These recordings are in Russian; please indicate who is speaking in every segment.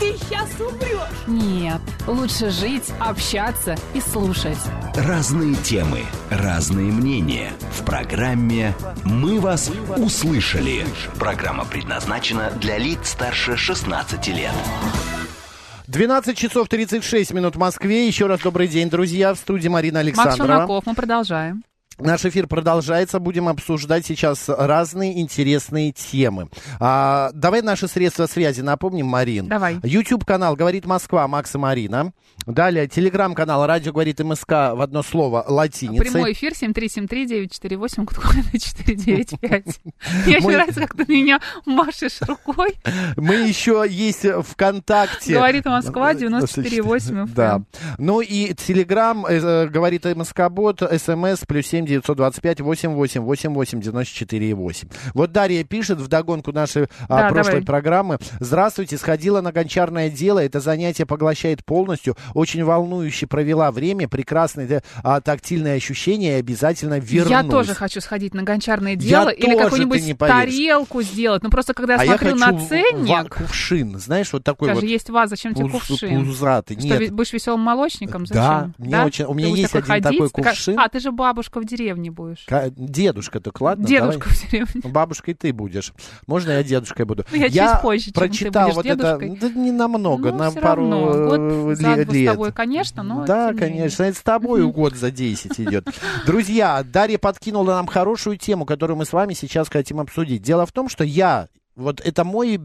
Speaker 1: ты сейчас умрешь.
Speaker 2: Нет, лучше жить, общаться и слушать.
Speaker 3: Разные темы, разные мнения. В программе «Мы вас услышали». Программа предназначена для лиц старше 16 лет.
Speaker 4: 12 часов 36 минут в Москве. Еще раз добрый день, друзья. В студии Марина
Speaker 2: Макс
Speaker 4: Александрова.
Speaker 2: Шунаков, мы продолжаем.
Speaker 4: Наш эфир продолжается. Будем обсуждать сейчас разные интересные темы. А, давай наши средства связи напомним, Марин.
Speaker 2: Давай.
Speaker 4: YouTube-канал «Говорит Москва» Макс и Марина. Далее телеграм-канал «Радио говорит МСК» в одно слово латиницей.
Speaker 2: Прямой эфир 7373948, код кода 495. Мне очень
Speaker 4: Мы-
Speaker 2: нравится, как ты на меня машешь рукой.
Speaker 4: Мы еще есть ВКонтакте.
Speaker 2: Говорит Москва, 94,8 FM.
Speaker 4: ну, Да. Ну и Телеграм, э, э, говорит МСК-бот, СМС, Эм плюс семь девятьсот двадцать пять восемь восемь восемь восемь девяносто четыре и восемь. Вот Дарья пишет вдогонку нашей а,
Speaker 2: Да,
Speaker 4: прошлой
Speaker 2: давай.
Speaker 4: программы. Здравствуйте, сходила на гончарное дело. Это занятие поглощает полностью. Очень волнующе провела время. Прекрасные да, а, тактильные ощущения. И обязательно вернусь.
Speaker 2: Я тоже хочу сходить на гончарное дело или
Speaker 4: тоже, ты не
Speaker 2: какую-нибудь
Speaker 4: поверишь.
Speaker 2: тарелку сделать. Ну, просто когда я
Speaker 4: А я
Speaker 2: смотрю
Speaker 4: хочу
Speaker 2: на
Speaker 4: в- в-
Speaker 2: ценник,
Speaker 4: кувшин, знаешь, вот такой
Speaker 2: даже
Speaker 4: вот.
Speaker 2: есть ваза, зачем тебе
Speaker 4: пуз-
Speaker 2: кувшин?
Speaker 4: пузатый.
Speaker 2: Что,
Speaker 4: Нет,
Speaker 2: ведь будешь веселым молочником?
Speaker 4: Да,
Speaker 2: Зачем?
Speaker 4: мне очень- у меня
Speaker 2: Ты будешь
Speaker 4: есть один такой
Speaker 2: Ты как-
Speaker 4: кувшин.
Speaker 2: А, ты же бабушка в деревне будешь.
Speaker 4: Ка- Дедушка только, ладно?
Speaker 2: Дедушка
Speaker 4: Ну, давай.
Speaker 2: в деревне.
Speaker 4: Ну, Бабушкой ты будешь. Можно я дедушкой буду?
Speaker 2: Ну, я чуть позже, чем ты
Speaker 4: прочитал
Speaker 2: будешь
Speaker 4: вот
Speaker 2: дедушкой.
Speaker 4: это, да не намного,
Speaker 2: Ну,
Speaker 4: на
Speaker 2: всё
Speaker 4: пару
Speaker 2: равно.
Speaker 4: э,
Speaker 2: Год
Speaker 4: ли-
Speaker 2: за два с
Speaker 4: лет.
Speaker 2: тобой, конечно, но
Speaker 4: да,
Speaker 2: тем не менее.
Speaker 4: конечно, это с тобой год за 10 идет. Друзья, Дарья подкинула нам хорошую тему, которую мы с вами сейчас хотим обсудить. Дело в том, что я вот это мой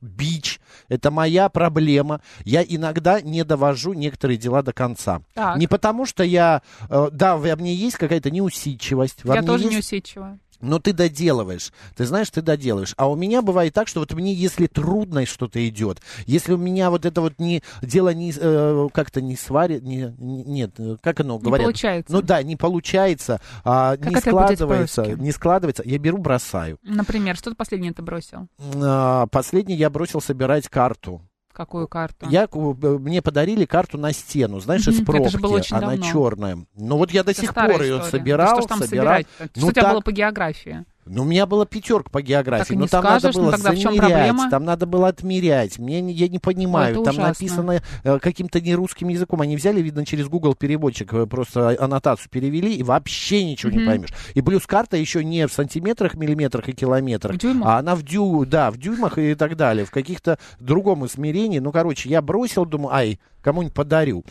Speaker 4: бич, это моя проблема. Я иногда не довожу некоторые дела до конца.
Speaker 2: Так.
Speaker 4: Не потому, что я... э, Да, во мне есть какая-то неусидчивость. во
Speaker 2: Я
Speaker 4: мне
Speaker 2: тоже
Speaker 4: есть
Speaker 2: не усидчивая.
Speaker 4: но ты доделываешь. Ты знаешь, ты доделываешь. А у меня бывает так, что вот мне, если трудно что-то идет, если у меня вот это вот не, дело не, э, как-то не сварит, не, не- нет, э, как оно говорят?
Speaker 2: получается.
Speaker 4: Ну да, не получается, а,
Speaker 2: Как
Speaker 4: не
Speaker 2: это будет
Speaker 4: складывается,
Speaker 2: по-русски?
Speaker 4: не складывается. Я беру, бросаю.
Speaker 2: Например, что ты последнее ты бросил?
Speaker 4: А, Последний я бросил собирать карту.
Speaker 2: Какую карту?
Speaker 4: Я, ку- э, мне подарили карту на стену, знаешь, из
Speaker 2: А. Мгм, это
Speaker 4: пробки.
Speaker 2: же было очень
Speaker 4: Она
Speaker 2: давно.
Speaker 4: черная. Ну вот я до
Speaker 2: Это
Speaker 4: сих
Speaker 2: старая
Speaker 4: пор ее
Speaker 2: история.
Speaker 4: собирал,
Speaker 2: Да Что ж там
Speaker 4: собирал.
Speaker 2: собирать? Что
Speaker 4: Ну,
Speaker 2: у тебя
Speaker 4: так-
Speaker 2: было по географии?
Speaker 4: Ну, у меня была пятерка по географии,
Speaker 2: Так и
Speaker 4: но
Speaker 2: не
Speaker 4: там
Speaker 2: скажешь,
Speaker 4: надо
Speaker 2: ну
Speaker 4: было
Speaker 2: тогда в чем
Speaker 4: замерять,
Speaker 2: проблема?
Speaker 4: там надо было отмерять. Мне, не- я не понимаю,
Speaker 2: Ой, это
Speaker 4: там
Speaker 2: ужасно.
Speaker 4: написано э, каким-то нерусским языком. Они взяли, видно, через Google переводчик э, просто аннотацию перевели, и вообще ничего не
Speaker 2: Мгм.
Speaker 4: поймешь. И плюс карта еще не в сантиметрах, миллиметрах и километрах,
Speaker 2: В дюймах?
Speaker 4: а она в дю, да, в дюймах и так далее, в каких-то другом измерении. Ну, короче, я бросил, думаю, ай, кому-нибудь подарю.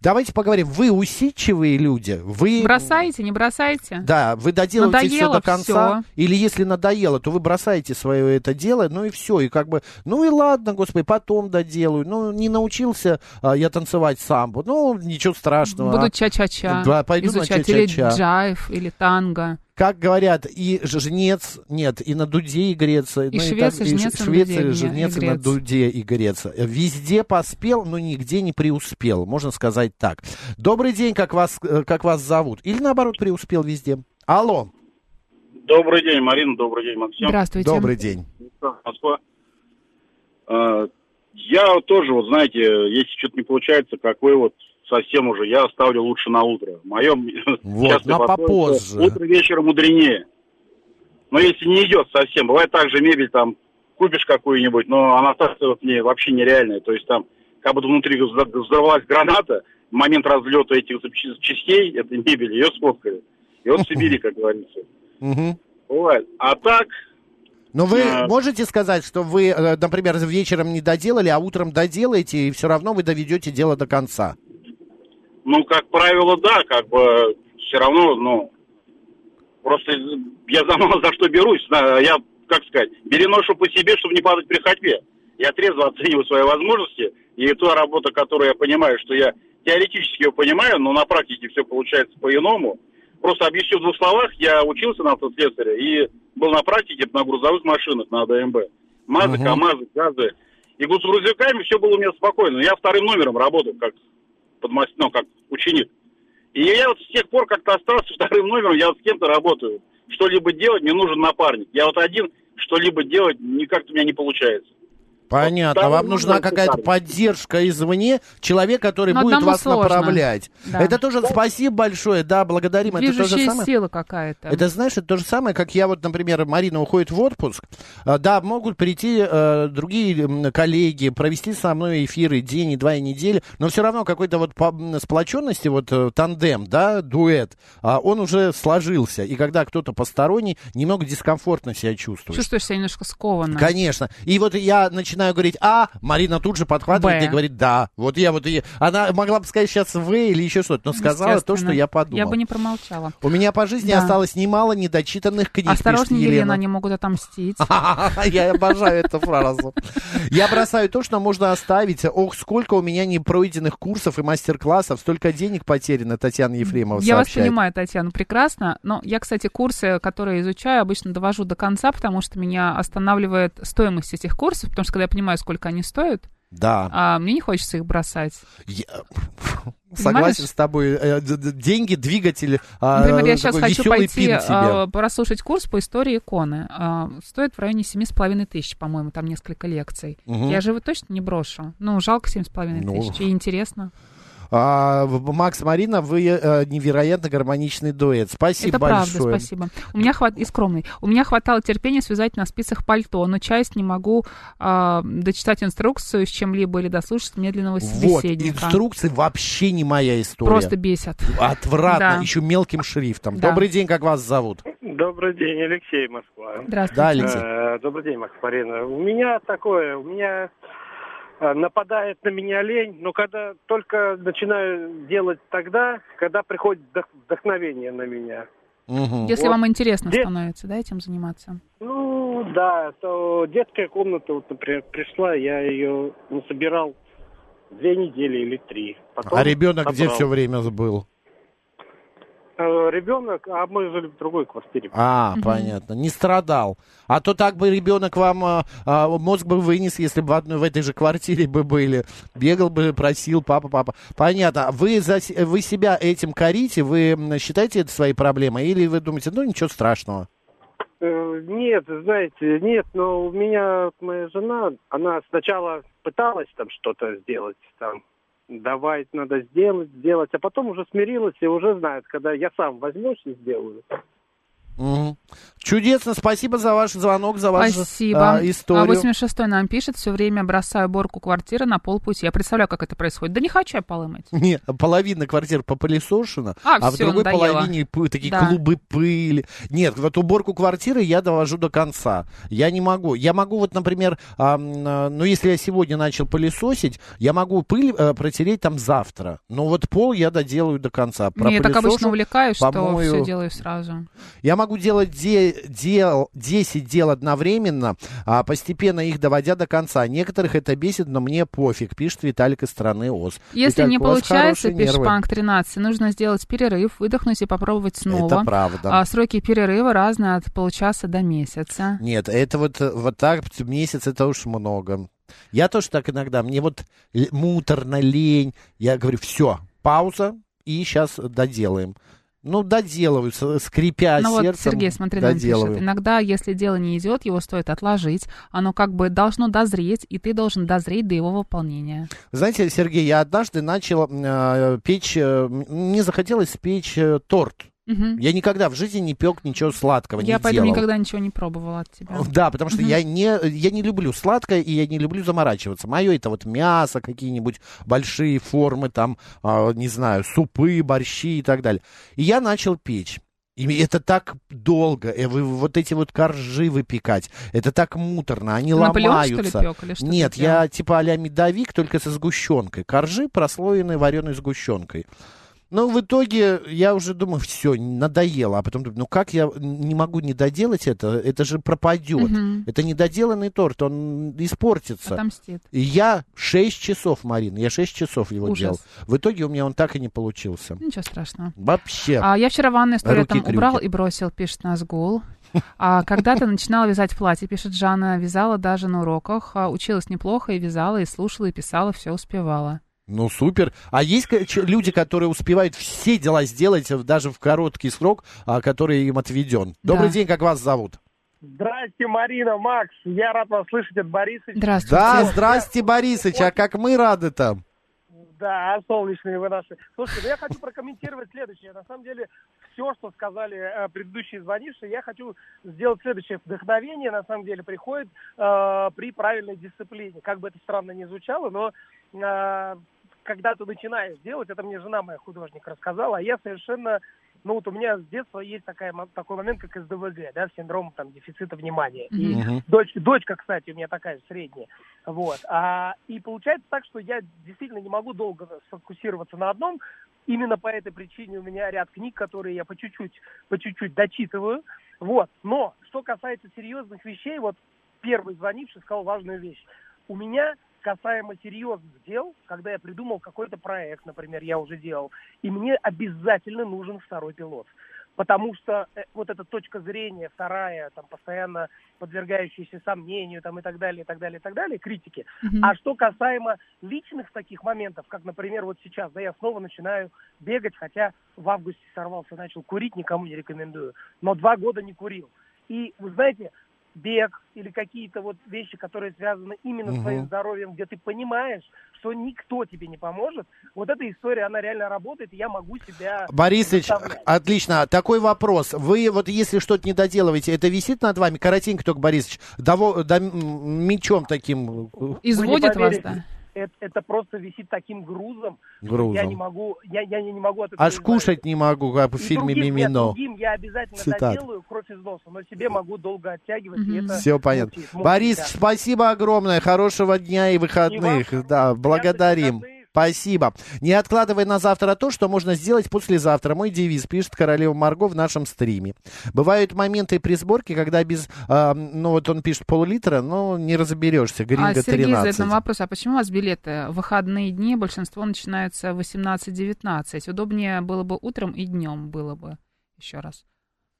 Speaker 4: Давайте поговорим. Вы усидчивые люди, вы...
Speaker 2: Бросаете, не бросаете?
Speaker 4: Да, вы доделаете все
Speaker 2: Надоело
Speaker 4: до конца.
Speaker 2: всё.
Speaker 4: Или если надоело, то вы бросаете свое это дело, ну и все. И как бы, ну и ладно, господи, потом доделаю. Ну, не научился а, я танцевать самбо. Ну, ничего страшного. А,
Speaker 2: Буду ча-ча-ча
Speaker 4: Да, пойду на
Speaker 2: изучать.
Speaker 4: ча-ча-ча.
Speaker 2: Или джайв, или танго.
Speaker 4: Как говорят, и ж- жнец, нет, и на дуде и греться. ну,
Speaker 2: швец,
Speaker 4: так-
Speaker 2: и
Speaker 4: ш-
Speaker 2: жнец, и на
Speaker 4: швец,
Speaker 2: дуде
Speaker 4: и
Speaker 2: и
Speaker 4: жнец, и на
Speaker 2: грец.
Speaker 4: дуде и греться. Везде поспел, но нигде не преуспел, можно сказать так. Добрый день, как вас, э, как вас зовут? Или наоборот, преуспел везде. Алло,
Speaker 5: Добрый день, Марина, добрый день, Максим.
Speaker 2: Здравствуйте.
Speaker 4: добрый день.
Speaker 5: Москва. Э, Я тоже, вот знаете, если что-то не получается, как вы вот совсем уже, я оставлю лучше на утро. Мое
Speaker 4: Вот, на попозже.
Speaker 5: Утро вечера мудренее. Но если не идет совсем, бывает так же мебель там купишь какую-нибудь, но она так вот мне вообще нереальная. То есть там как будто внутри вза- взорвалась граната, в момент разлета этих запча- частей, этой мебели, ее сфоткали. И вот в Сибири, как говорится.
Speaker 4: Мгм.
Speaker 5: Бывает. А так,
Speaker 4: Но вы
Speaker 5: Э,
Speaker 4: можете сказать, что вы, э, например, вечером не доделали, а утром доделаете, и все равно вы доведете дело до конца.
Speaker 5: Ну, как правило, да, как бы все равно, ну, просто из- я за мало за что берусь, на- я, как сказать, переношу по себе, чтобы не падать при ходьбе. Я трезво оцениваю свои возможности, и та работа, которую я понимаю, что я теоретически ее понимаю, но на практике все получается по-иному. Просто объясню в двух словах, я учился на автослесаря и был на практике на грузовых машинах, на АДМБ. Мазы,
Speaker 4: Мгм.
Speaker 5: КАМАЗы, ГАЗы. И с грузовиками все было у меня спокойно. Я вторым номером работал, как подмаст- ну, как ученик. И я вот с тех пор как-то остался вторым номером, я вот с кем-то работаю. Что-либо делать, мне нужен напарник. Я вот один что-либо делать никак у меня не получается.
Speaker 4: Понятно.
Speaker 5: Вот
Speaker 4: Вам
Speaker 5: там
Speaker 4: нужна
Speaker 5: нужно
Speaker 4: какая-то
Speaker 5: писать.
Speaker 4: поддержка извне, человек, который
Speaker 2: Но
Speaker 4: будет
Speaker 2: одному
Speaker 4: вас
Speaker 2: сложно.
Speaker 4: направлять.
Speaker 2: Да.
Speaker 4: Это тоже спасибо большое, да, благодарим. это то же
Speaker 2: Движущая
Speaker 4: самое.
Speaker 2: сила какая-то.
Speaker 4: Это, знаешь, это то же самое, как я вот, например, Марина уходит в отпуск. А, Да, могут прийти э, другие м, коллеги, провести со мной эфиры день, и два, и неделю, но все равно какой-то вот по м, сплоченности, вот э, тандем, да, дуэт, а, он уже сложился. И когда кто-то посторонний, немного дискомфортно себя чувствует.
Speaker 2: Чувствуешь себя немножко скованно.
Speaker 4: Конечно. И вот я начинаю говорить А, Марина тут же подхватывает
Speaker 2: Б.
Speaker 4: и говорит Да. Вот я вот и... Она могла бы сказать сейчас В или еще что-то, но сказала то, что
Speaker 2: Ну, Естественно.
Speaker 4: я подумал.
Speaker 2: Я бы не промолчала.
Speaker 4: У меня по жизни
Speaker 2: Да.
Speaker 4: осталось немало недочитанных книг. пишет
Speaker 2: Осторожнее, Елена.
Speaker 4: Елена.
Speaker 2: они могут отомстить.
Speaker 4: Я обожаю эту фразу. Я бросаю то, что можно оставить. Ох, сколько у меня непройденных курсов и мастер-классов, столько денег потеряно, Татьяна Ефремова
Speaker 2: Я вас
Speaker 4: сообщает.
Speaker 2: понимаю, Татьяна, прекрасно. Но я, кстати, курсы, которые изучаю, обычно довожу до конца, потому что меня останавливает стоимость этих курсов, потому что когда я понимаю, сколько они стоят,
Speaker 4: Да.
Speaker 2: а мне не хочется их бросать.
Speaker 4: Я- Согласен с тобой. Э, д- д- Деньги, двигатель. а,
Speaker 2: Например, я сейчас
Speaker 4: такой
Speaker 2: хочу
Speaker 4: весёлый
Speaker 2: пойти
Speaker 4: пин себе.
Speaker 2: а, прослушать курс по истории иконы. А, стоит в районе семи с половиной тысяч, по-моему, там несколько лекций.
Speaker 4: Мгм.
Speaker 2: Я же его точно не брошу. Ну, жалко семь с половиной
Speaker 4: Ну.
Speaker 2: тысяч. И интересно.
Speaker 4: А, в- Макс Марина, вы э, невероятно гармоничный дуэт. Спасибо
Speaker 2: Это
Speaker 4: большое.
Speaker 2: правда, спасибо. У меня хват... И скромный. У меня хватало терпения связать на спицах пальто, но часть не могу а, дочитать инструкцию с чем-либо или дослушать медленного
Speaker 4: Вот,
Speaker 2: собеседника.
Speaker 4: инструкции вообще не моя история.
Speaker 2: Просто бесят.
Speaker 4: Отвратно,
Speaker 2: Да.
Speaker 4: еще мелким шрифтом.
Speaker 2: Да.
Speaker 4: Добрый день, как вас зовут?
Speaker 6: Добрый день, Алексей Москва.
Speaker 2: Здравствуйте.
Speaker 4: Да, Алексей?
Speaker 6: Э, Добрый день, Макс Марина. У меня такое, у меня э, нападает на меня лень, но когда только начинаю делать тогда, когда приходит вдох- вдохновение на меня.
Speaker 4: Мгм.
Speaker 2: Если
Speaker 6: Вот.
Speaker 2: вам интересно
Speaker 6: Где-
Speaker 2: становится, да, этим заниматься.
Speaker 6: Ну, да, то детская комната, вот, например, пришла, я ее ну, собирал две недели или три. Потом
Speaker 4: А ребенок где
Speaker 6: собрал.
Speaker 4: все время был?
Speaker 6: Э, Ребенок, а мы жили в другой квартире.
Speaker 4: А,
Speaker 2: Мгм.
Speaker 4: понятно. Не страдал. А то так бы ребенок вам а, а, мозг бы вынес, если бы в одной в этой же квартире бы были. Бегал бы, просил, папа, папа. Понятно. А Вы за с- вы себя этим корите? Вы м, считаете это своей проблемой? Или вы думаете, ну ничего страшного?
Speaker 6: Э, Нет, знаете, нет, но у меня вот моя жена, она сначала пыталась там что-то сделать, там, давай, надо сделать, сделать, а потом уже смирилась и уже знает, когда я сам возьмусь и сделаю.
Speaker 4: Мгм. Чудесно. Спасибо за ваш звонок, за вашу
Speaker 2: Спасибо.
Speaker 4: а, историю.
Speaker 2: 86 нам пишет, все время бросаю борку квартиры на полпути. Я представляю, как это происходит. Да не хочу я полы мыть.
Speaker 4: Не, половина квартир попылесошена, а,
Speaker 2: А,
Speaker 4: в
Speaker 2: всё,
Speaker 4: другой
Speaker 2: надоело.
Speaker 4: половине пы- такие
Speaker 2: Да.
Speaker 4: клубы пыли. Нет, вот уборку квартиры я довожу до конца. Я не могу. Я могу вот, например, ам, а, ну если я сегодня начал пылесосить, я могу пыль э, протереть там завтра. Но вот пол я доделаю до конца.
Speaker 2: Ну, я так
Speaker 4: Пропылесошу.
Speaker 2: обычно увлекаюсь, что
Speaker 4: помою.
Speaker 2: все делаю сразу.
Speaker 4: Я могу делать де- дел, 10 дел одновременно, а, постепенно их доводя до конца. Некоторых это бесит, но мне пофиг, пишет Виталик из страны ОС.
Speaker 2: Если
Speaker 4: Виталик,
Speaker 2: не
Speaker 4: у вас
Speaker 2: получается,
Speaker 4: хорошие
Speaker 2: пишет
Speaker 4: нервы.
Speaker 2: Панк 13, нужно сделать перерыв, выдохнуть и попробовать снова.
Speaker 4: Это правда.
Speaker 2: А сроки перерыва разные от получаса до месяца.
Speaker 4: Нет, это вот, э, вот так т- месяц, это уж много. Я тоже так иногда, мне вот л- муторно, лень. Я говорю, все, пауза, и сейчас доделаем. Ну, доделываю, с- скрипя
Speaker 2: Ну вот
Speaker 4: сердцем,
Speaker 2: Сергей, смотри, нам пишет.
Speaker 4: доделываю.
Speaker 2: Иногда, если дело не идет, его стоит отложить. Оно как бы должно дозреть, и ты должен дозреть до его выполнения.
Speaker 4: Знаете, Сергей, я однажды начал э, печь, э, м- мне захотелось спечь э, торт.
Speaker 2: Мгм.
Speaker 4: Я никогда в жизни не пек ничего сладкого,
Speaker 2: Я
Speaker 4: не
Speaker 2: поэтому
Speaker 4: делал.
Speaker 2: никогда ничего не пробовала от тебя.
Speaker 4: Да, потому что
Speaker 2: Мгм.
Speaker 4: я, не, я не люблю сладкое, и я не люблю заморачиваться. Мое это вот мясо, какие-нибудь большие формы, там, а, не знаю, супы, борщи и так далее. И я начал печь. И это так долго, э, вы вот эти вот коржи выпекать, это так муторно, они
Speaker 2: Ты Наполеон, что ли,
Speaker 4: ломаются.
Speaker 2: пек? Или А что ты
Speaker 4: Нет,
Speaker 2: делал?
Speaker 4: я типа а-ля медовик, только со сгущенкой. Коржи прослоенные вареной сгущенкой. Ну, в итоге я уже думаю, все, надоело. А потом думаю, ну как я не могу не доделать это? Это же пропадет.
Speaker 2: Мгм.
Speaker 4: Это недоделанный торт, он испортится.
Speaker 2: Отомстит.
Speaker 4: И я 6 часов, Марина, я 6 часов его
Speaker 2: Ужас.
Speaker 4: делал. В итоге у меня он так и не получился.
Speaker 2: Ничего страшного.
Speaker 4: Вообще.
Speaker 2: А я вчера ванную с туалетом
Speaker 4: Руки-крюки.
Speaker 2: убрал и бросил, пишет Назгул. А когда-то начинала вязать платье, пишет Жанна, вязала даже на уроках, а, училась неплохо и вязала, и слушала, и писала, все успевала.
Speaker 4: Ну, супер. А есть к- ч- люди, которые успевают все дела сделать э, даже в короткий срок, а, который им отведен. Добрый
Speaker 1: Да.
Speaker 4: день, как вас зовут?
Speaker 5: Здрасте, Марина, Макс. Я рад вас слышать от Бориса.
Speaker 1: Здравствуйте.
Speaker 4: Да, здрасте, Борисыч, а как мы рады там.
Speaker 5: Да, А, солнечные вы наши. Слушайте, ну я хочу прокомментировать следующее. На самом деле, все, что сказали э, предыдущие звонившие, я хочу сделать следующее. Вдохновение, на самом деле, приходит э, при правильной дисциплине. Как бы это странно ни звучало, но э, когда ты начинаешь делать, это мне жена моя художник рассказала, а я совершенно... Ну вот у меня с детства есть такая, мо- такой момент, как СДВГ, да, синдром там, дефицита внимания. И
Speaker 1: Мгм.
Speaker 4: Мгм.
Speaker 5: Дочь, дочка, кстати, у меня такая же средняя. Вот. А, и получается так, что я действительно не могу долго сфокусироваться на одном. Именно по этой причине у меня ряд книг, которые я по чуть-чуть, по чуть-чуть дочитываю. Вот. Но что касается серьезных вещей, вот первый звонивший сказал важную вещь. У меня касаемо серьезных дел, когда я придумал какой-то проект, например, я уже делал, и мне обязательно нужен второй пилот. Потому что э, вот эта точка зрения вторая, там, постоянно подвергающиеся сомнению там, и так далее, и так далее, и так далее, критике.
Speaker 1: Мгм.
Speaker 5: А что касаемо личных таких моментов, как, например, вот сейчас, да, я снова начинаю бегать, хотя в августе сорвался, начал курить, никому не рекомендую, но два года не курил. И, вы знаете, бег или какие-то вот вещи, которые связаны именно с
Speaker 4: Мгм.
Speaker 5: твоим здоровьем, где ты понимаешь, что никто тебе не поможет, вот эта история, она реально работает, и я могу себя...
Speaker 4: Борисыч,
Speaker 5: заставлять.
Speaker 4: отлично. Такой вопрос. Вы вот если что-то не доделываете, это висит над вами? Коротенько только, Борисыч. Дово- да, м, мечом таким э,
Speaker 1: Изводит
Speaker 5: Вы не
Speaker 1: вас,
Speaker 5: поверите.
Speaker 1: да?
Speaker 5: Это, это просто висит таким грузом, Я не
Speaker 4: грузом.
Speaker 5: могу, я, я не могу от этого
Speaker 4: Аж кушать А не могу, как в
Speaker 5: избавиться. И
Speaker 4: фильме
Speaker 5: другим, нет,
Speaker 4: «Мимино».
Speaker 5: другим я обязательно
Speaker 4: Цитат.
Speaker 5: доделаю кровь из носа, но себе могу долго оттягивать. и
Speaker 1: Мгм.
Speaker 5: это
Speaker 4: Все понятно.
Speaker 5: мучает, мучает,
Speaker 4: Борис,
Speaker 5: да.
Speaker 4: спасибо огромное. Хорошего дня и выходных.
Speaker 5: И вам.
Speaker 4: да, благодарим.
Speaker 5: выходных.
Speaker 4: Спасибо. Не откладывай на завтра то, что можно сделать послезавтра. Мой девиз, пишет королева Марго в нашем стриме. Бывают моменты при сборке, когда без, а, ну вот он пишет пол-литра, но не разберешься.
Speaker 1: А
Speaker 4: Гринго
Speaker 1: Сергей задает
Speaker 4: 13.
Speaker 1: нам вопрос, а почему у вас билеты в выходные дни, большинство начинаются в 18-19? Удобнее было бы утром и днем было бы. Еще раз.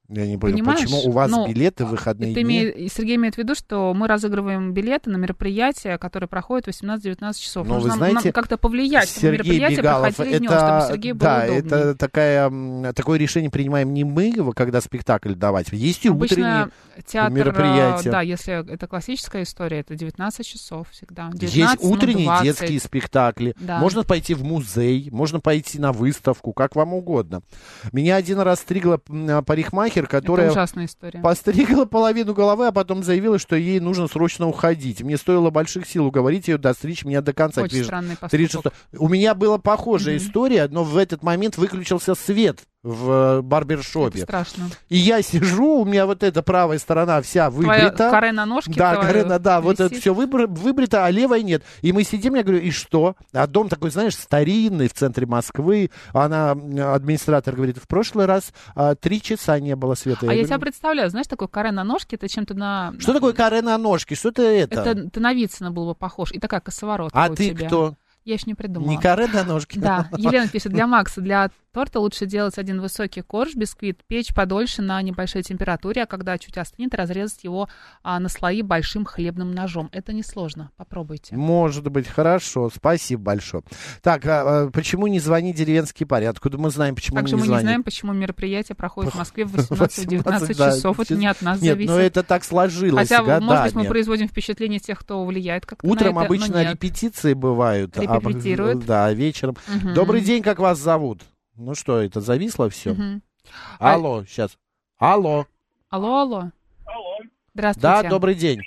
Speaker 4: Я не понял,
Speaker 1: Понимаешь?
Speaker 4: почему у вас
Speaker 1: Ну,
Speaker 4: билеты в выходные
Speaker 1: Это
Speaker 4: дни?
Speaker 1: име- и Сергей имеет в виду, что мы разыгрываем билеты на мероприятия, которые проходят 18-19 часов.
Speaker 4: Ну, вы
Speaker 1: Нужно нам-
Speaker 4: знаете,
Speaker 1: нам как-то повлиять, чтобы
Speaker 4: Сергей
Speaker 1: мероприятия
Speaker 4: Бегалов,
Speaker 1: проходили днем, чтобы
Speaker 4: это,
Speaker 1: Сергею было
Speaker 4: да,
Speaker 1: удобнее.
Speaker 4: это такая, м, такое решение принимаем не мы, его, когда спектакль давать. Есть и утренние
Speaker 1: Обычно театр,
Speaker 4: мероприятия.
Speaker 1: э, да, если это классическая история, это 19 часов всегда.
Speaker 4: Есть
Speaker 1: 19, ну,
Speaker 4: утренние
Speaker 1: 20.
Speaker 4: детские спектакли.
Speaker 1: Да.
Speaker 4: Можно пойти в музей, можно пойти на выставку, как вам угодно. Меня один раз стригла м, парикмахер,
Speaker 1: Это
Speaker 4: которая
Speaker 1: ужасная история.
Speaker 4: постригла половину головы, а потом заявила, что ей нужно срочно уходить. Мне стоило больших сил уговорить ее достричь меня до конца.
Speaker 1: Очень
Speaker 4: пишет
Speaker 1: странный поступок.
Speaker 4: 36. У меня была похожая
Speaker 1: Мгм.
Speaker 4: история, но в этот момент выключился свет в э,
Speaker 1: Это
Speaker 4: барбершопе.
Speaker 1: страшно.
Speaker 4: И я сижу, у меня вот эта правая сторона вся
Speaker 1: Твоя
Speaker 4: выбрита.
Speaker 1: каре на ножке.
Speaker 4: Да,
Speaker 1: твоя
Speaker 4: Карена, да, вот это
Speaker 1: висит.
Speaker 4: все выбрито, а левая нет. И мы сидим, я говорю, и что? А дом такой, знаешь, старинный в центре Москвы. Она, м, администратор, говорит, в прошлый раз а, три часа не было света.
Speaker 1: А я
Speaker 4: говорю,
Speaker 1: тебя представляю, знаешь, такое каре на ножке, это чем-то на...
Speaker 4: Что такое Карена ножки? Что это это?
Speaker 1: Это ты на Вицина был бы похож. И такая косоворотка
Speaker 4: А
Speaker 1: у
Speaker 4: ты
Speaker 1: тебя.
Speaker 4: кто?
Speaker 1: Я еще не придумала.
Speaker 4: Не Карена ножки?
Speaker 1: Да, Елена пишет, для Макса, для торта лучше делать один высокий корж, бисквит, печь подольше на небольшой температуре, а когда чуть остынет, разрезать его а, на слои большим хлебным ножом. Это несложно, попробуйте.
Speaker 4: Может быть, хорошо. Спасибо большое. Так, а, а, почему не звонит деревенский парень? Откуда мы знаем, почему
Speaker 1: Также
Speaker 4: не
Speaker 1: мы не
Speaker 4: звонит?
Speaker 1: знаем, почему мероприятие проходит в Москве в 18-19
Speaker 4: 18, да,
Speaker 1: часов. Это
Speaker 4: чис-
Speaker 1: не от нас
Speaker 4: Нет,
Speaker 1: зависит.
Speaker 4: но это так сложилось
Speaker 1: Хотя, может быть, мы
Speaker 4: годами.
Speaker 1: производим впечатление тех, кто влияет как-то на
Speaker 4: Утром
Speaker 1: это, но
Speaker 4: обычно
Speaker 1: нет.
Speaker 4: репетиции бывают. а-
Speaker 1: Репетируют.
Speaker 4: да, а вечером.
Speaker 1: Мгм.
Speaker 4: Добрый день, как вас зовут? Ну что, это зависло все?
Speaker 1: Мгм. А
Speaker 4: Алло, сейчас. Алло.
Speaker 1: Алло, алло.
Speaker 5: Алло.
Speaker 1: Здравствуйте.
Speaker 4: Да, добрый день.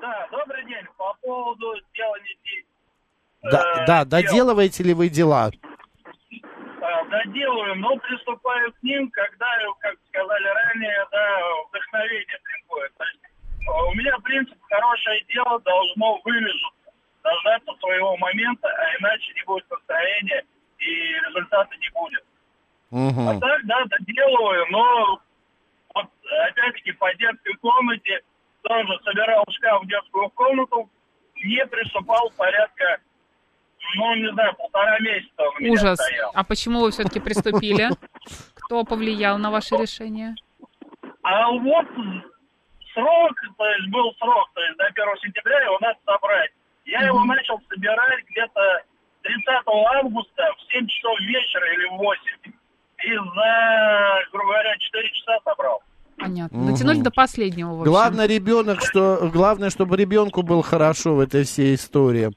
Speaker 5: Да, добрый день. По поводу сделания детей.
Speaker 4: Да, да, доделываете ли вы дела?
Speaker 5: Э, доделаю, но приступаю к ним, когда, как сказали ранее, да, вдохновение приходит. То есть, э, у меня принцип хорошее дело должно вылежаться, дождаться своего момента, а иначе не будет настроения и результата не будет. А
Speaker 4: Мгм.
Speaker 5: так, да, доделываю, но вот, опять-таки по детской комнате тоже собирал шкаф в детскую комнату, не приступал порядка, ну, не знаю, полтора месяца он у меня
Speaker 1: Ужас.
Speaker 5: стоял.
Speaker 1: А почему вы все-таки приступили? Кто повлиял на ваше решение?
Speaker 5: А вот срок, то есть был срок, то есть до 1 сентября его надо собрать. Я его начал собирать где-то 30 августа в 7 часов вечера или в 8. И за, грубо говоря, 4 часа собрал.
Speaker 2: Понятно.
Speaker 4: Мгм.
Speaker 2: Дотянули до последнего, в общем.
Speaker 4: Главное, ребенок, что, главное, чтобы ребенку было хорошо в этой всей истории.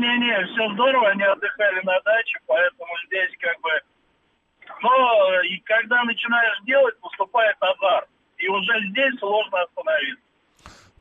Speaker 5: Не-не-не, все здорово, они отдыхали на даче, поэтому здесь как бы... Но э, и когда начинаешь делать, поступает азарт. И уже здесь сложно остановиться.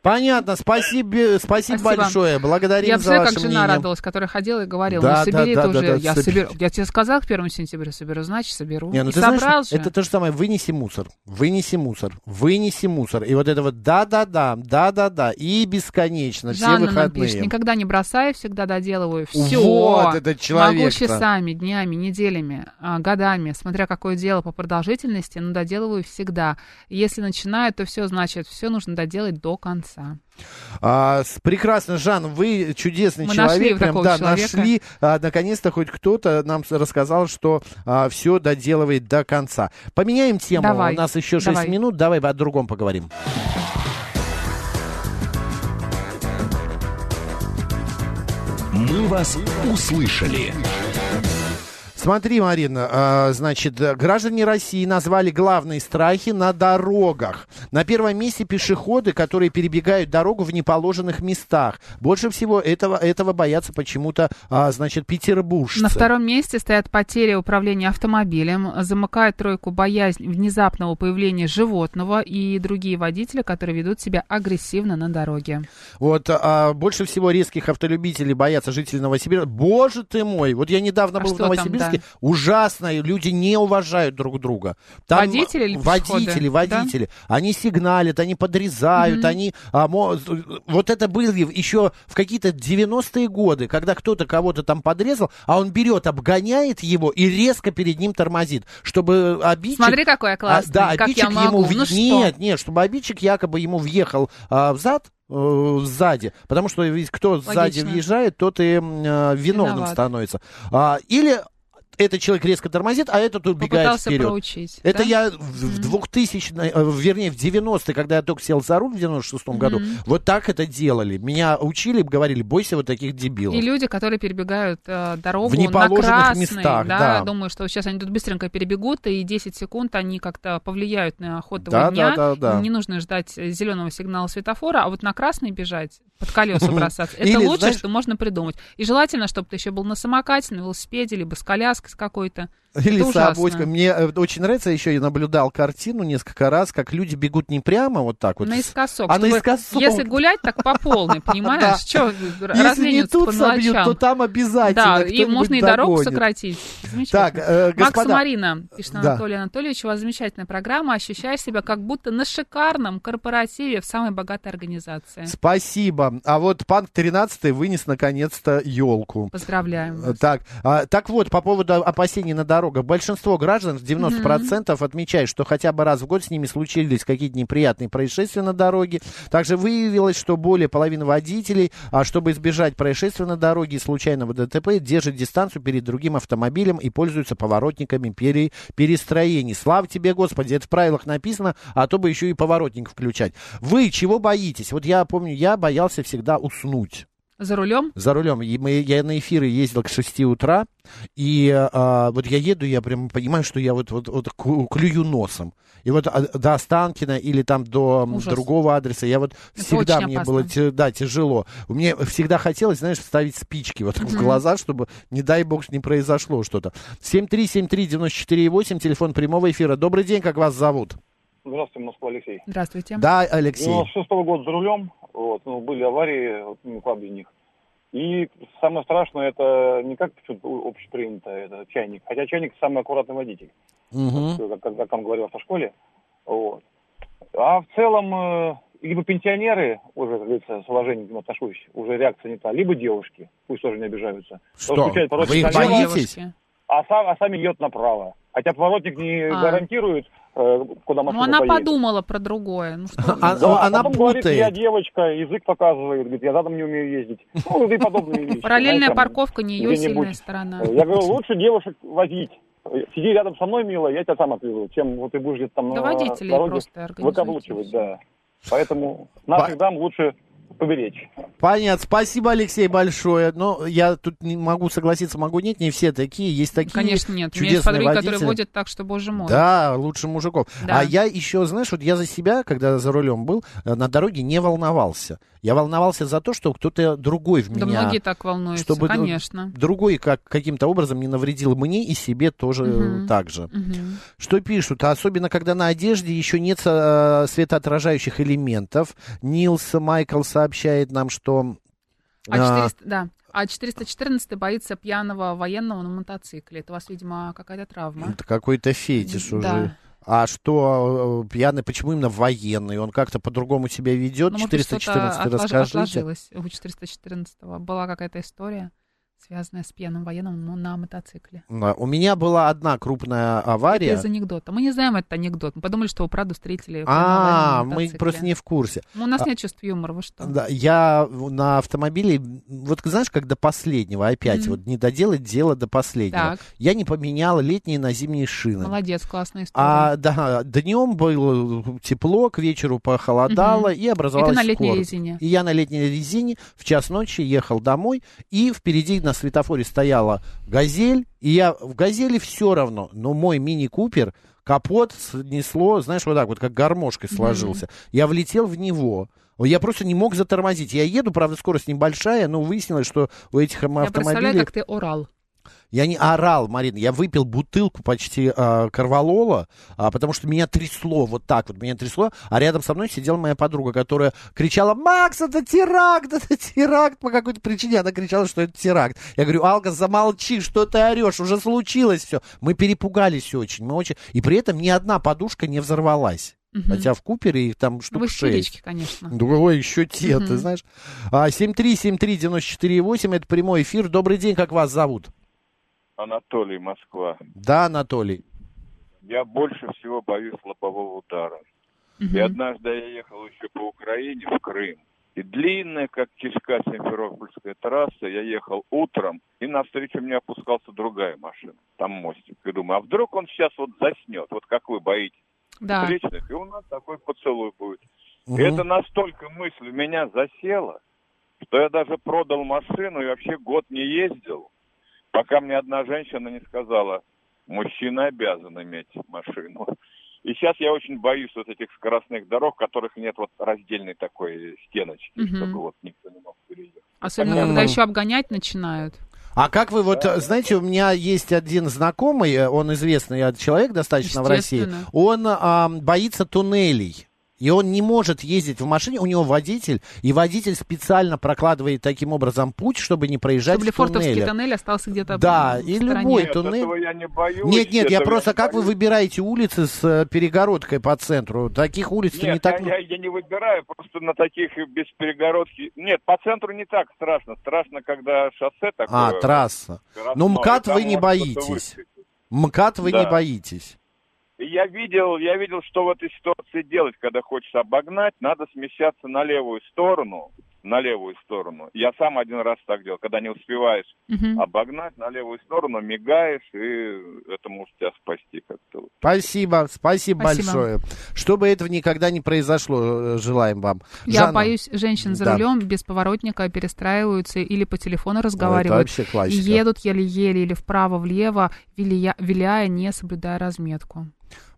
Speaker 4: Понятно, спасибо, спасибо,
Speaker 2: Спасибо.
Speaker 4: большое. Благодарим
Speaker 2: Я
Speaker 4: за
Speaker 2: представляю,
Speaker 4: ваше
Speaker 2: как жена
Speaker 4: мнение.
Speaker 2: радовалась, которая ходила и говорила,
Speaker 4: Да, да,
Speaker 2: ну собери
Speaker 4: да,
Speaker 2: ты
Speaker 4: да,
Speaker 2: уже,
Speaker 4: да,
Speaker 2: я
Speaker 4: собери.
Speaker 2: соберу. Я тебе сказал к первому сентября соберу, значит соберу.
Speaker 4: Не, ну
Speaker 2: и
Speaker 4: ты
Speaker 2: собрал
Speaker 4: знаешь,
Speaker 2: же.
Speaker 4: это то же самое, вынеси мусор, вынеси мусор, вынеси мусор. И вот это вот да-да-да, да-да-да, и бесконечно,
Speaker 2: Жанна
Speaker 4: все
Speaker 2: нам
Speaker 4: выходные.
Speaker 2: пишет, никогда не бросаю, всегда доделываю. Все.
Speaker 4: Вот это человек-то.
Speaker 2: Могу часами, днями, неделями, а, годами, смотря какое дело по продолжительности, но доделываю всегда. Если начинаю, то все, значит, все нужно доделать до конца.
Speaker 4: А, с- прекрасно, Жан, вы чудесный
Speaker 2: Мы
Speaker 4: человек.
Speaker 2: нашли вот
Speaker 4: прям,
Speaker 2: такого
Speaker 4: да,
Speaker 2: человека.
Speaker 4: нашли. А, наконец-то хоть кто-то нам с- рассказал, что все доделывает до конца. Поменяем тему.
Speaker 2: Давай,
Speaker 4: У нас еще 6
Speaker 2: давай.
Speaker 4: минут. Давай о другом поговорим.
Speaker 3: «Мы вас услышали».
Speaker 4: Смотри, Марина, а, значит, э, граждане России назвали главные страхи на дорогах. На первом месте пешеходы, которые перебегают дорогу в неположенных местах. Больше всего этого, этого боятся почему-то, а, значит, петербуржцы.
Speaker 2: На втором месте стоят потери управления автомобилем, замыкает тройку боязнь внезапного появления животного и другие водители, которые ведут себя агрессивно на дороге.
Speaker 4: Вот, а, больше всего резких автолюбителей боятся жители Новосибирска. Боже ты мой! Вот я недавно
Speaker 2: А
Speaker 4: был в
Speaker 2: что там,
Speaker 4: Новосибирске.
Speaker 2: да?
Speaker 4: Ужасно, и люди не уважают друг друга.
Speaker 2: Водители или пешеходы?
Speaker 4: Водители,
Speaker 2: Да?
Speaker 4: водители. Они сигналят, они подрезают, они... а, мо- вот это были еще в какие-то 90-е годы, когда кто-то кого-то там подрезал, а он берет, обгоняет его и резко перед ним тормозит, чтобы обидчик...
Speaker 2: Смотри, какой я классный,
Speaker 4: А, да,
Speaker 2: как я
Speaker 4: обидчик
Speaker 2: могу.
Speaker 4: ему... в-
Speaker 2: Ну что?
Speaker 4: Нет, нет, чтобы обидчик якобы ему въехал а, в зад, э, сзади, потому что ведь кто сзади
Speaker 2: Логично.
Speaker 4: въезжает, тот и м, э, виновным
Speaker 2: Виноват.
Speaker 4: становится. А, или этот человек резко тормозит, а этот убегает
Speaker 2: Попытался
Speaker 4: вперед.
Speaker 2: проучить.
Speaker 4: Это
Speaker 2: да?
Speaker 4: я в- в 2000, э, вернее, в 90-е, когда я только сел за руль в 96-м году, вот так это делали. Меня учили, говорили, бойся вот таких дебилов.
Speaker 2: И люди, которые перебегают э, дорогу
Speaker 4: В неположенных
Speaker 2: на красный,
Speaker 4: местах,
Speaker 2: да,
Speaker 4: да.
Speaker 2: думаю, что сейчас они тут быстренько перебегут, и 10 секунд они как-то повлияют на ход
Speaker 4: Да,
Speaker 2: его дня.
Speaker 4: да, да, да.
Speaker 2: Не нужно ждать э, зеленого сигнала светофора, а вот на красный бежать, под колеса бросаться. Это
Speaker 4: Или,
Speaker 2: лучшее,
Speaker 4: знаешь-
Speaker 2: что можно придумать. И желательно, чтобы ты еще был на самокате, на велосипеде, либо с коляской с какой-то.
Speaker 4: Или
Speaker 2: Это
Speaker 4: с
Speaker 2: ужасно.
Speaker 4: авоськой. Мне э, очень нравится, я еще и наблюдал картину несколько раз, как люди бегут не прямо вот так вот.
Speaker 2: Наискосок.
Speaker 4: А
Speaker 2: чтобы,
Speaker 4: наискосок.
Speaker 2: Если гулять, так по полной,
Speaker 4: Да.
Speaker 2: понимаешь? Что
Speaker 4: Если не
Speaker 2: разлениться по
Speaker 4: тут собьют,
Speaker 2: мелочам?
Speaker 4: то там обязательно
Speaker 2: Да, и
Speaker 4: кто-нибудь
Speaker 2: можно и дорогу
Speaker 4: догонит.
Speaker 2: сократить. Замечательно.
Speaker 4: Так, э,
Speaker 2: Макс
Speaker 4: господа,
Speaker 2: Марина, пишет
Speaker 4: Да.
Speaker 2: Анатолий Анатольевич, у вас замечательная программа. Ощущаю себя как будто на шикарном корпоративе в самой богатой организации.
Speaker 4: спасибо. А вот Панк 13 вынес наконец-то елку.
Speaker 2: Поздравляем. вас.
Speaker 4: Так, а, так вот, по поводу опасений на дорогах. Большинство граждан, 90%, отмечают, что хотя бы раз в год с ними случились какие-то неприятные происшествия на дороге. Также выявилось, что более половины водителей, а, чтобы избежать происшествия на дороге и случайного ДТП, держат дистанцию перед другим автомобилем и пользуются поворотниками пере- перестроений. Слава тебе, Господи, это в правилах написано, а то бы еще и поворотник включать. Вы чего боитесь? Вот я помню, я боялся всегда уснуть
Speaker 2: За рулем?
Speaker 4: за рулем. И мы, я на эфиры ездил к 6 утра, и а, вот я еду, я прям понимаю, что я вот, вот, вот ку- клюю носом. И вот а, до Останкина или там до м,
Speaker 2: Ужас.
Speaker 4: другого адреса, я вот
Speaker 2: Это
Speaker 4: всегда
Speaker 2: очень
Speaker 4: мне
Speaker 2: опасно.
Speaker 4: было те- да, тяжело. Мне всегда хотелось, знаешь, вставить спички вот в глаза, чтобы, не дай бог, не произошло что-то. 7373948, телефон прямого эфира. Добрый день, как вас зовут?
Speaker 5: Здравствуйте, Москва, Алексей.
Speaker 2: Здравствуйте.
Speaker 4: Да, Алексей.
Speaker 5: 96 -го года за рулем, вот, ну, были аварии, вот, ну, как без них. И самое страшное, это не как тут о- общепринято, это чайник. Хотя чайник самый аккуратный водитель,
Speaker 4: Мгм.
Speaker 5: как, как, как он говорил в автошколе. Вот. А в целом, э, либо пенсионеры, уже, как говорится, с уважением к ним отношусь, уже реакция не та, либо девушки, пусть тоже не обижаются.
Speaker 4: Что,
Speaker 5: Случайно поворотник
Speaker 4: вы их
Speaker 5: налево,
Speaker 4: боитесь?
Speaker 2: Девушки.
Speaker 5: А, сам, а сами идет направо. Хотя поворотник не
Speaker 2: А.
Speaker 5: гарантирует, э, куда
Speaker 2: Ну,
Speaker 5: машина
Speaker 2: она
Speaker 5: поедет.
Speaker 2: подумала про другое. Ну, что вы.
Speaker 4: А-
Speaker 5: Да,
Speaker 4: она
Speaker 5: потом говорит, я
Speaker 4: путает.
Speaker 5: девочка, язык показывает, говорит, я задом не умею ездить. Ну, и подобные вещи.
Speaker 2: Параллельная
Speaker 5: знаете, там.
Speaker 2: парковка не ее
Speaker 5: где-нибудь,
Speaker 2: сильная сторона.
Speaker 5: Я говорю, лучше девушек возить. Сиди рядом со мной, милая, я тебя сам отвезу, чем вот ты будешь где-то там
Speaker 2: Да
Speaker 5: на
Speaker 2: водителей
Speaker 5: дороге
Speaker 2: просто организуйте.
Speaker 5: выкаблучивать, да. Поэтому наших
Speaker 4: Ба-
Speaker 5: дам лучше
Speaker 6: поберечь.
Speaker 4: Понятно. Спасибо, Алексей, большое. Но я тут не могу согласиться, могу нет. Не все такие. Есть такие
Speaker 2: Конечно, нет. У меня есть
Speaker 4: чудесные
Speaker 2: подруги,
Speaker 4: водители.
Speaker 2: которые водят так, что, боже мой.
Speaker 4: Да, лучше мужиков.
Speaker 2: Да.
Speaker 4: А я еще, знаешь, вот я за себя, когда за рулем был, э, на дороге не волновался. Я волновался за то, что кто-то другой в
Speaker 2: Да
Speaker 4: меня...
Speaker 2: многие так волнуются,
Speaker 4: чтобы, ну,
Speaker 2: конечно.
Speaker 4: Другой как, каким-то образом не навредил мне и себе тоже э,
Speaker 2: Мгм.
Speaker 4: так же.
Speaker 2: Мгм.
Speaker 4: Что пишут? Особенно, когда на одежде еще нет э, светоотражающих элементов. Нилс Майкл сообщает нам, что... э,
Speaker 2: А, 400, да. а 414 боится пьяного военного на мотоцикле. Это у вас, видимо, какая-то травма.
Speaker 4: Это какой-то фетиш
Speaker 2: Да.
Speaker 4: уже. А что э, пьяный, почему именно военный? Он как-то по-другому себя ведет?
Speaker 2: Ну, может быть, что-то
Speaker 4: 414
Speaker 2: отлож-
Speaker 4: расскажите.
Speaker 2: отложилось. У 414 была какая-то история, связанная с пьяным военным, но на мотоцикле.
Speaker 4: Да, У меня была одна крупная
Speaker 2: Это
Speaker 4: авария.
Speaker 2: из анекдота. Мы не знаем этот анекдот. Мы подумали, что вы правда встретили. пьяного
Speaker 4: А,
Speaker 2: военного на
Speaker 4: мы
Speaker 2: мотоцикле.
Speaker 4: просто не в курсе.
Speaker 2: Ну, у нас нет чувства юмора, вы что?
Speaker 4: Да, я в- на автомобиле, м, вот знаешь, как до последнего опять,
Speaker 2: Мгм.
Speaker 4: вот не доделать дело до последнего.
Speaker 2: Так.
Speaker 4: Я не поменяла летние на зимние шины.
Speaker 2: Молодец, классная история.
Speaker 4: А да, днем было тепло, к вечеру похолодало и
Speaker 2: Это
Speaker 4: образовалась
Speaker 2: на летней
Speaker 4: скорость.
Speaker 2: резине.
Speaker 4: И я на летней резине в час ночи ехал домой, и впереди на светофоре стояла «Газель», и я в «Газели» все равно, но мой мини-купер капот снесло, знаешь, вот так вот, как гармошкой сложился. Я влетел в него. Я просто не мог затормозить. Я еду, правда, скорость небольшая, но выяснилось, что у этих м,
Speaker 2: Я представляю,
Speaker 4: автомобилей...
Speaker 2: как ты орал.
Speaker 4: Я не орал, Марина, я выпил бутылку почти а, корвалола, а, потому что меня трясло, вот так вот меня трясло, а рядом со мной сидела моя подруга, которая кричала, Макс, это теракт, это теракт, по какой-то причине она кричала, что это теракт. Я говорю, Алга, замолчи, что ты орешь, уже случилось все. Мы перепугались очень, мы очень, и при этом ни одна подушка не взорвалась.
Speaker 2: Мгм.
Speaker 4: Хотя в Купере их там
Speaker 2: Ну, Вы
Speaker 4: штук шесть.
Speaker 2: истерички, конечно.
Speaker 4: Другой еще те, ты
Speaker 2: Мгм.
Speaker 4: знаешь. А, 7373948, это прямой эфир. Добрый день, как вас зовут?
Speaker 5: Анатолий, Москва.
Speaker 4: Да, Анатолий.
Speaker 5: Я больше всего боюсь лобового удара. И
Speaker 2: Мгм.
Speaker 5: однажды я ехал еще по Украине, в Крым. И длинная, как кишка, Симферопольская трасса. Я ехал утром, и навстречу мне опускался другая машина. Там мостик. И думаю, а вдруг он сейчас вот заснет, вот как вы боитесь
Speaker 4: ну,
Speaker 2: Да.
Speaker 5: встречных, и у нас такой поцелуй будет.
Speaker 4: Мгм.
Speaker 5: И это настолько мысль в меня засела, что я даже продал машину и вообще год не ездил, пока мне одна женщина не сказала, мужчина обязан иметь машину. И сейчас я очень боюсь вот этих скоростных дорог, которых нет вот раздельной такой стеночки,
Speaker 2: Мгм.
Speaker 5: чтобы вот никто не мог переехать.
Speaker 2: Особенно,
Speaker 4: Понятно.
Speaker 2: когда еще обгонять начинают.
Speaker 4: А как вы вот, э, знаете, у меня есть один знакомый, э, он известный э, человек достаточно в России,
Speaker 2: Естественно.
Speaker 4: он а, боится туннелей. И он не может ездить в машине, у него водитель, и водитель специально прокладывает таким образом путь, чтобы не проезжать
Speaker 2: Чтобы
Speaker 4: в туннеле.
Speaker 2: Лефортовский тоннель остался где-то
Speaker 4: Да,
Speaker 2: в
Speaker 4: и
Speaker 2: стороне.
Speaker 4: любой. Ой,
Speaker 5: нет,
Speaker 4: туннель.
Speaker 5: этого я не боюсь.
Speaker 4: Нет, нет, я
Speaker 5: этого
Speaker 4: просто
Speaker 5: не
Speaker 4: как вы
Speaker 5: боюсь.
Speaker 4: выбираете улицы с э, перегородкой по центру? Таких улиц
Speaker 5: Нет, а
Speaker 4: не так
Speaker 5: я, я, я не выбираю, просто на таких и без перегородки. Нет, по центру не так страшно. Страшно, когда шоссе такое.
Speaker 4: А, трасса. Ну, МКАД вы не боитесь. МКАД вы не
Speaker 5: Да.
Speaker 4: боитесь.
Speaker 5: И я видел, я видел, что в этой ситуации делать, когда хочешь обогнать, надо смещаться на левую сторону, на левую сторону. Я сам один раз так делал, когда не успеваешь
Speaker 2: Мгм.
Speaker 5: обогнать на левую сторону, мигаешь, и это может тебя спасти как-то. вот.
Speaker 4: Спасибо, спасибо,
Speaker 2: Спасибо.
Speaker 4: большое. Чтобы этого никогда не произошло, э, желаем вам.
Speaker 2: Я
Speaker 4: Жанна,
Speaker 2: боюсь, женщин за
Speaker 4: Да.
Speaker 2: рулем без поворотника перестраиваются или по телефону
Speaker 4: Это
Speaker 2: разговаривают.
Speaker 4: вообще
Speaker 2: И
Speaker 4: классика.
Speaker 2: едут еле-еле или вправо-влево, вилия- виляя, не соблюдая разметку.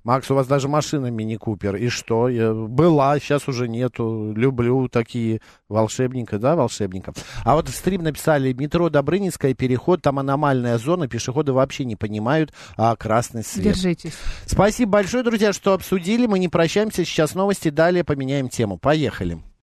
Speaker 4: Макс, у вас даже машина мини-купер. И что? Я- Была, сейчас уже нету. Люблю такие волшебника, да, волшебников. А вот в стрим написали метро Добрынинская, переход, там аномальная зона, пешеходы вообще не понимают, а красный свет.
Speaker 2: Держитесь.
Speaker 4: Спасибо большое, друзья, что обсудили. Мы не прощаемся. Сейчас новости, далее поменяем тему. Поехали.